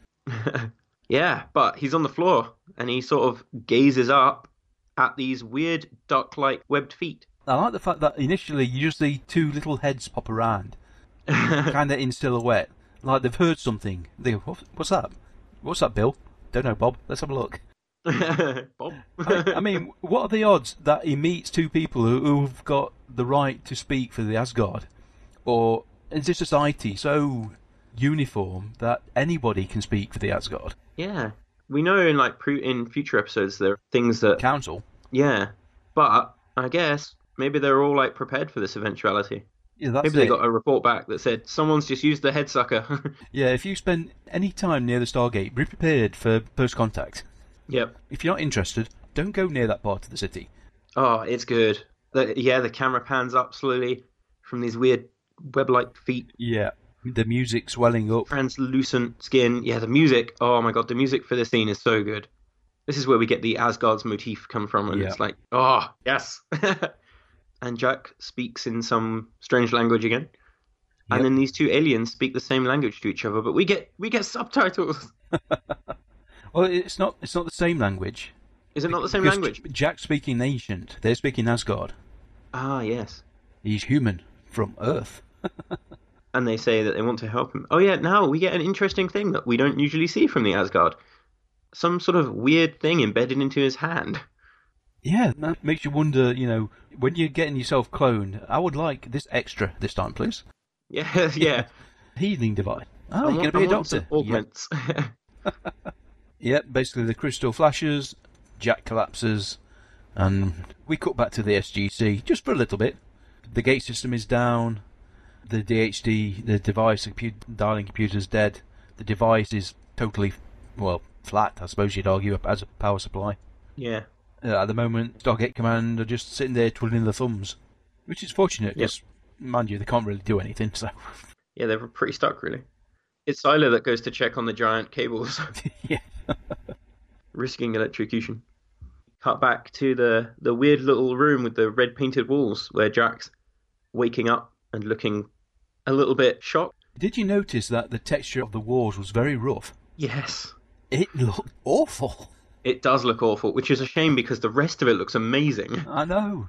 Yeah, but he's on the floor and he sort of gazes up at these weird duck like webbed feet.
I like the fact that initially you just see two little heads pop around, kind of in silhouette, like they've heard something. They go, "What- "What's that? What's that, Bill? Don't know, Bob. Let's have a look."
Bob.
I mean, what are the odds that he meets two people who, who've got the right to speak for the Asgard? Or is this society so uniform that anybody can speak for the Asgard
yeah. We know in like pre- in future episodes there are things that
Council?
yeah, but I guess maybe they're all like prepared for this eventuality.
Yeah, that's
Maybe they
it.
got a report back that said someone's just used the head sucker.
Yeah, if you spend any time near the Stargate, be prepared for first contact.
yep.
If you're not interested, don't go near that part of the city.
Oh, it's good. The, yeah, the camera pans up slowly from these weird web-like feet,
Yeah. The music swelling up.
translucent skin. Yeah, the music. Oh my god, the music for this scene is so good. This is where we get the Asgard's motif come from, and
Yeah.
it's like, oh yes. and Jack speaks in some strange language again,
Yep.
and then these two aliens speak the same language to each other, but we get we get subtitles.
Well, it's not it's not the same language.
Is it not the same
Because
language?
J- Jack's speaking ancient. They're speaking Asgard.
Ah, yes.
He's human from Earth.
and they say that they want to help him. Oh yeah, now we get an interesting thing that we don't usually see from the Asgard. Some sort of weird thing embedded into his hand.
Yeah, that makes you wonder, you know, when you're getting yourself cloned, I would like this extra this time, please.
Yeah, yeah.
Healing device.
I
Oh, you're going
want-
to be a
I want some
doctor. Yeah.
Augments.
yeah, basically the crystal flashes, Jack collapses, and we cut back to the SGC just for a little bit. The gate system is down, the DHD, the device, the compu- dialing computer's dead, the device is totally, well, flat, I suppose you'd argue, as a power supply.
yeah.
Uh, at the moment, Stargate Command are just sitting there twiddling their thumbs, which is fortunate
Yep.
because, mind you, they can't really do anything. So,
Yeah, they're pretty stuck really. It's Silo that goes to check on the giant cables,
yeah,
risking electrocution. Cut back to the, the weird little room with the red painted walls where Jack's waking up and looking a little bit shocked.
did you notice that the texture of the walls was very rough?
Yes.
It looked awful.
It does look awful, which is a shame because the rest of it looks amazing. And
I know.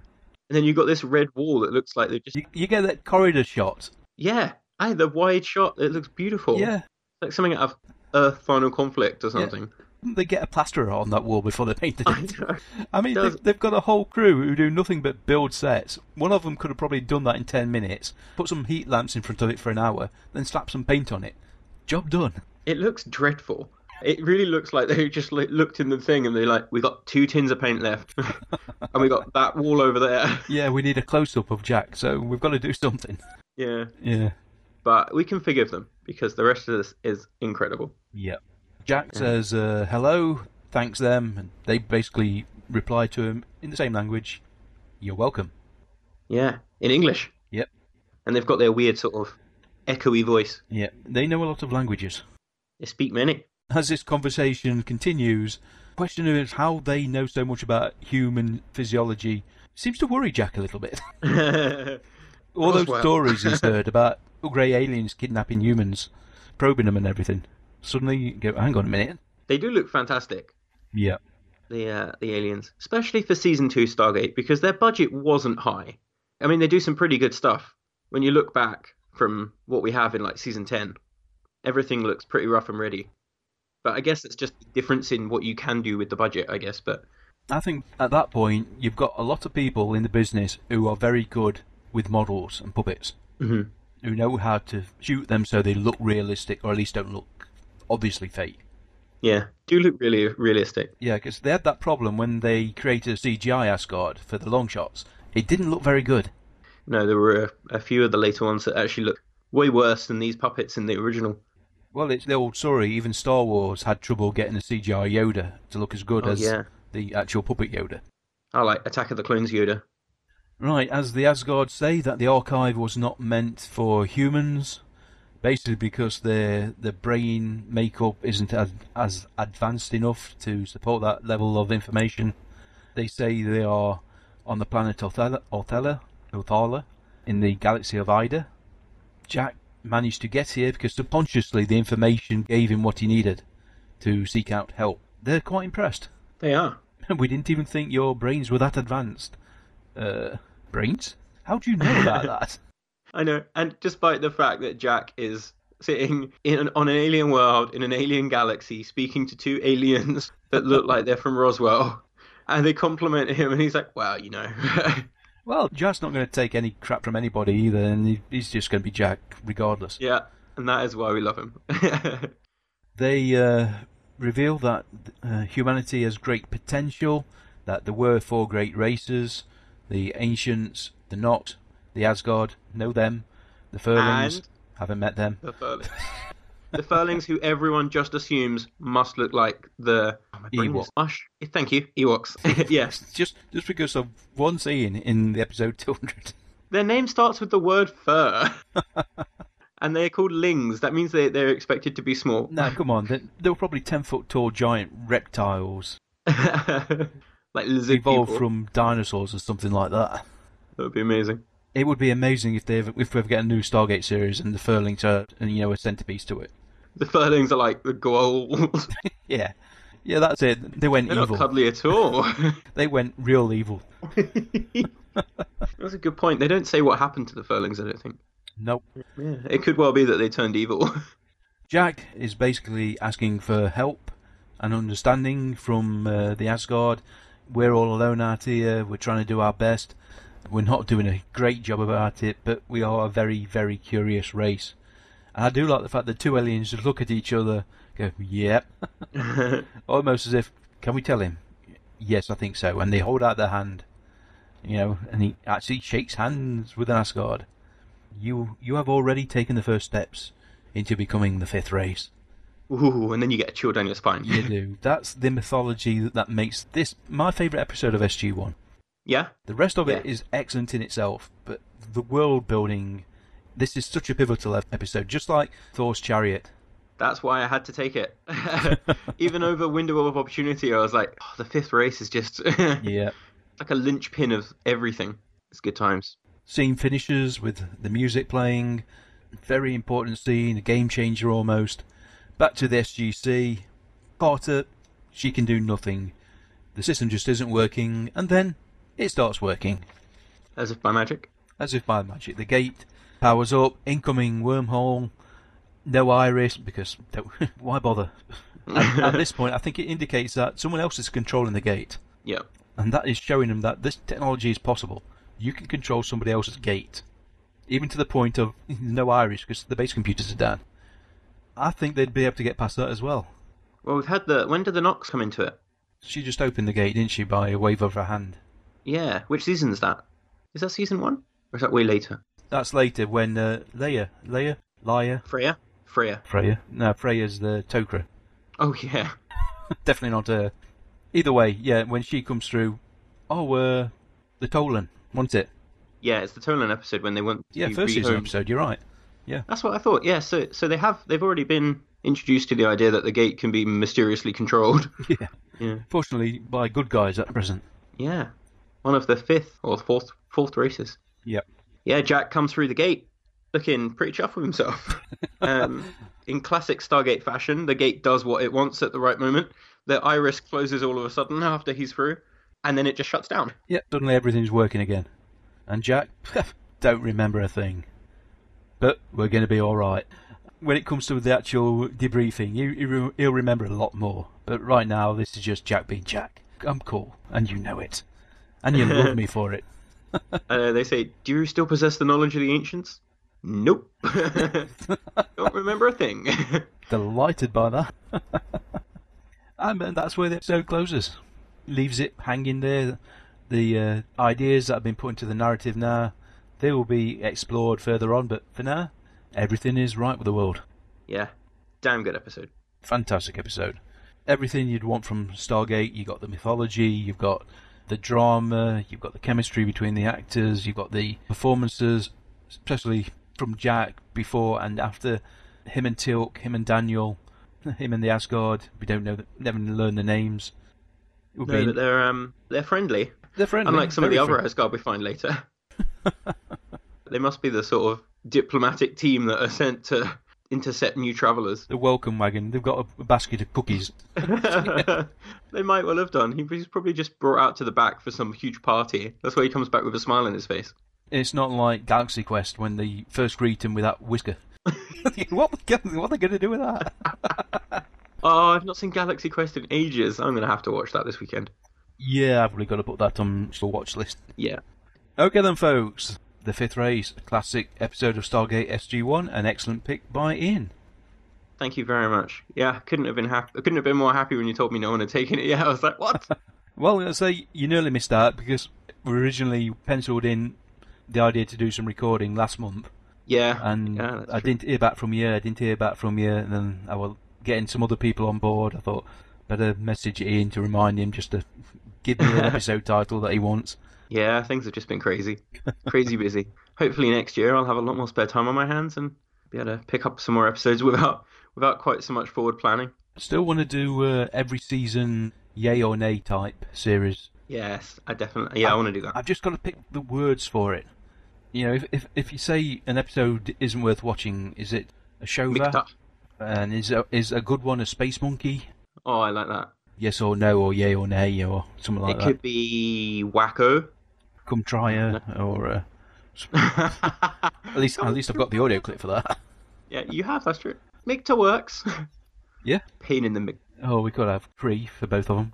then you've got this red wall that looks like they just
You, you get that corridor shot.
yeah, I the wide shot. It looks beautiful.
Yeah.
like something out of Earth Final Conflict or
Yeah.
something.
Didn't they get a plasterer on that wall before they painted
I
it?
know.
I mean,
Does-
they've, they've got a whole crew who do nothing but build sets. One of them could have probably done that in 10 minutes, put some heat lamps in front of it for an hour, then slap some paint on it. Job done.
It looks dreadful. It really looks like they just like, looked in the thing and they're like, "We got two tins of paint left, and we got that wall over there."
Yeah, we need a close up of Jack, so we've got to do something.
yeah,
Yeah.
but we can forgive them because the rest of this is incredible.
Yep. Jack says uh, hello, thanks them, and they basically reply to him in the same language You're welcome.
Yeah, in English,
Yep.
and they've got their weird sort of echoey voice.
Yep. They know a lot of languages.
They speak many.
as this conversation continues, the question is how they know so much about human physiology seems to worry Jack a little bit. All those
Roswell.
stories he's heard about grey aliens kidnapping humans, probing them and everything. Suddenly you go, hang on a minute.
They do look fantastic,
Yeah.
the uh, the aliens, especially for season two Stargate, because their budget wasn't high. I mean, they do some pretty good stuff. When you look back from what we have in like season ten, everything looks pretty rough and ready. But I guess it's just the difference in what you can do with the budget, I guess. But
I think at that point you've got a lot of people in the business who are very good with models and puppets,
Mhm.
who know how to shoot them so they look realistic or at least don't look obviously fake.
yeah, do look really realistic.
Yeah, because they had that problem when they created a CGI Asgard for the long shots. It didn't look very good.
No, there were a, a few of the later ones that actually look way worse than these puppets in the original.
Well, it's the old story. Even Star Wars had trouble getting a CGI Yoda to look as good
Oh,
as
yeah.
the actual puppet Yoda.
I like Attack of the Clones Yoda.
Right, as the Asgard say that the archive was not meant for humans, basically because their the brain makeup isn't as, as advanced enough to support that level of information. They say they are on the planet Orthella, Orthella, Orthala, in the galaxy of Ida. Jack managed to get here because subconsciously the information gave him what he needed to seek out help. They're quite impressed.
They are.
We didn't even think your brains were that advanced. Uh, brains? How do you know about that?
I know. And despite the fact that Jack is sitting in an, on an alien world in an alien galaxy, speaking to two aliens that look like they're from Roswell, and they compliment him, and he's like, "Well, you know."
Well, Jack's not going to take any crap from anybody either, and he- he's just going to be Jack regardless.
yeah, and that is why we love him.
They uh, reveal that uh, humanity has great potential, that there were four great races the ancients, the not, the Asgard, know them, the Furlings,
And?
haven't met them.
The Furlings. the Furlings, who everyone just assumes must look like the. Oh, my brain is
Ewoks.
mush. Eh, Thank you, Ewoks. yes.
Just just because of one scene in the episode 200.
Their name starts with the word fur. and they're called lings. That means they, they're expected to be small.
No, come on, they, they were probably 10 foot tall giant reptiles
like lizard
evolved
people.
from dinosaurs or something like that.
That would be amazing.
It would be amazing if they ever, if we ever get a new Stargate series and the Furlings are and you know a centerpiece to it.
The furlings are like the goals.
Yeah, yeah, that's it. They went
they're not
evil.
cuddly at all.
They went real evil.
That's a good point. They don't say what happened to the furlings, I don't think.
Nope.
Yeah, it could well be that they turned evil.
Jack is basically asking for help and understanding from uh, the Asgard. We're all alone out here. We're trying to do our best. We're not doing a great job about it, but we are a very, very curious race. And I do like the fact that two aliens just look at each other, go, "Yep," almost as if, "Can we tell him?" Yes, I think so. And they hold out their hand, you know, and he actually shakes hands with an Asgard. You, you have already taken the first steps into becoming the fifth race.
Ooh, and then you get a chill down your spine.
You do. That's the mythology that, that makes this my favourite episode of SG1.
yeah?
The rest of it
Yeah.
is excellent in itself, but the world building, this is such a pivotal ep- episode, just like Thor's Chariot.
That's why I had to take it. Even over Window of Opportunity, I was like, oh, the fifth race is just
Yeah.
like a linchpin of everything. It's good times.
Scene finishes with the music playing, very important scene, a game changer almost. Back to the SGC. Carter, she can do nothing. The system just isn't working, and then it starts working.
As if by magic.
As if by magic, the gate powers up. Incoming wormhole. No iris because don't, why bother? At, at this point, I think it indicates that someone else is controlling the gate,
Yeah.
and that is showing them that this technology is possible. You can control somebody else's gate, even to the point of no iris because the base computers are down. I think they'd be able to get past that as well.
Well, we've had the. When did the Knox come into it?
She just opened the gate, didn't she, by a wave of her hand?
Yeah. Which season is that? Is that season one? Or is that way later?
That's later when uh, Leia, Leia, Leia,
Freya? Freya.
Freya. No, Freya's the Tokra.
Oh, yeah.
definitely not her. Either way, yeah, when she comes through, oh, uh, the Tolan, wasn't it?
Yeah, it's the Tolan episode when they went. to
Yeah,
be
first season
rehomed.
episode, you're right.
That's what I thought. Yeah, so so they have they've already been introduced to the idea that the gate can be mysteriously controlled.
Yeah.
Yeah.
Fortunately, by good guys at present.
Yeah. One of the fifth or fourth fourth races.
Yep.
Yeah, Jack comes through the gate looking pretty chuffed with himself. um, in classic Stargate fashion, the gate does what it wants at the right moment. The iris closes all of a sudden after he's through, and then it just shuts down.
Yeah, suddenly everything's working again. And Jack, don't remember a thing. But we're going to be alright. When it comes to the actual debriefing, you, you, re- he'll remember a lot more. But right now, this is just Jack being Jack. I'm cool, and you know it. And you love me for it.
Uh, they say, Do you still possess the knowledge of the ancients? Nope. Don't remember a thing.
delighted by that. and then that's where the episode closes. Leaves it hanging there. The uh, ideas that have been put into the narrative now, they will be explored further on, but for now, everything is right with the world.
yeah. Damn good episode.
Fantastic episode. Everything you'd want from Stargate. You've got the mythology, you've got the drama, you've got the chemistry between the actors, you've got the performances, especially from Jack before and after. Him and Tilk, him and Daniel, him and the Asgard. We don't know, never learn the names. It would
No,
be-
but they're um they're friendly.
they're friendly.
Unlike some of
very
the other
friendly.
Asgard we find later. they must be the sort of diplomatic team that are sent to intercept new travellers.
The welcome wagon. They've got a basket of cookies.
they might well have done. He was probably just brought out to the back for some huge party. That's why he comes back with a smile on his face.
It's not like Galaxy Quest when they first greet him with that whisker. what, what are they going to do with that?
Oh, I've not seen Galaxy Quest in ages. I'm going to have to watch that this weekend.
Yeah, I've really got to put that on the watch list.
Yeah.
Okay then, folks. The Fifth Race, a classic episode of Stargate SG-1, an excellent pick by Ian.
Thank you very much. Yeah, couldn't have been happy. couldn't have been more happy when you told me no one had taken it. Yeah, I was like, what?
Well, I say you nearly missed out because we originally penciled in the idea to do some recording last month,
Yeah.
and
yeah, that's
I
true.
didn't hear back from you. I didn't hear back from you. And then I was getting some other people on board. I thought better message Ian to remind him just to give me an episode title that he wants.
Yeah, things have just been crazy. crazy busy. Hopefully next year I'll have a lot more spare time on my hands and be able to pick up some more episodes without without quite so much forward planning.
Still want to do uh, every season yay or nay type series.
Yes, I definitely yeah, I, want to do that.
I've just got to pick the words for it. You know, if if, if you say an episode isn't worth watching, is it a
Mixed
shova?
up.
And is a, is a good one a space monkey?
Oh, I like that.
Yes or no, or yay or nay, or something like
it
that.
could be wacko.
Come try her, or uh, at least at least I've got the audio clip for that.
yeah, you have, that's true. Micta works.
Yeah.
Pain in the mic
Oh, we could have three for both of them.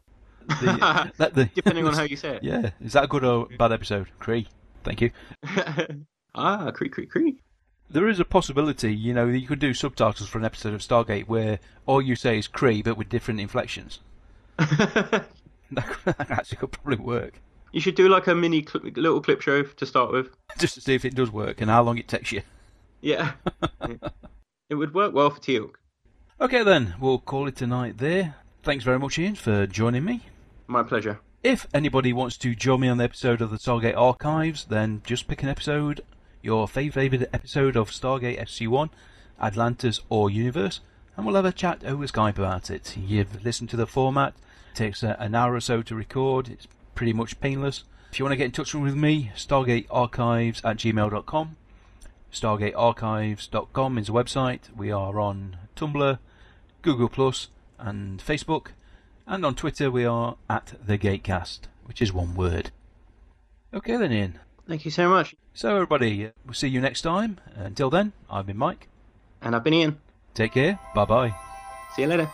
The, that- the-
depending on how you say it.
Yeah, is that a good or bad episode? Cree, thank you.
ah, creak creak creak.
There is a possibility, you know, that you could do subtitles for an episode of Stargate where all you say is Cree, but with different inflections. That could- that actually could probably work.
you should do like a mini clip, little clip show to start with.
Just to see if it does work and how long it takes you.
Yeah. it would work well for Teal'c.
Okay, then, we'll call it tonight there. Thanks very much, Ian, for joining me.
My pleasure.
If anybody wants to join me on the episode of the Stargate Archives, then just pick an episode, your fav- favourite episode of Stargate SG1, Atlantis or Universe, and we'll have a chat over Skype about it. You've listened to the format, it takes uh, an hour or so to record, it's pretty much painless. If you want to get in touch with me, stargatearchives at gmail.com. StargateArchives.com is a website. We are on Tumblr, Google Plus, and Facebook. And on Twitter, we are at the Gatecast, which is one word. Okay, then, Ian.
Thank you so much.
So, everybody, we'll see you next time. Until then, I've been Mike.
And I've been Ian.
Take care. Bye bye.
See you later.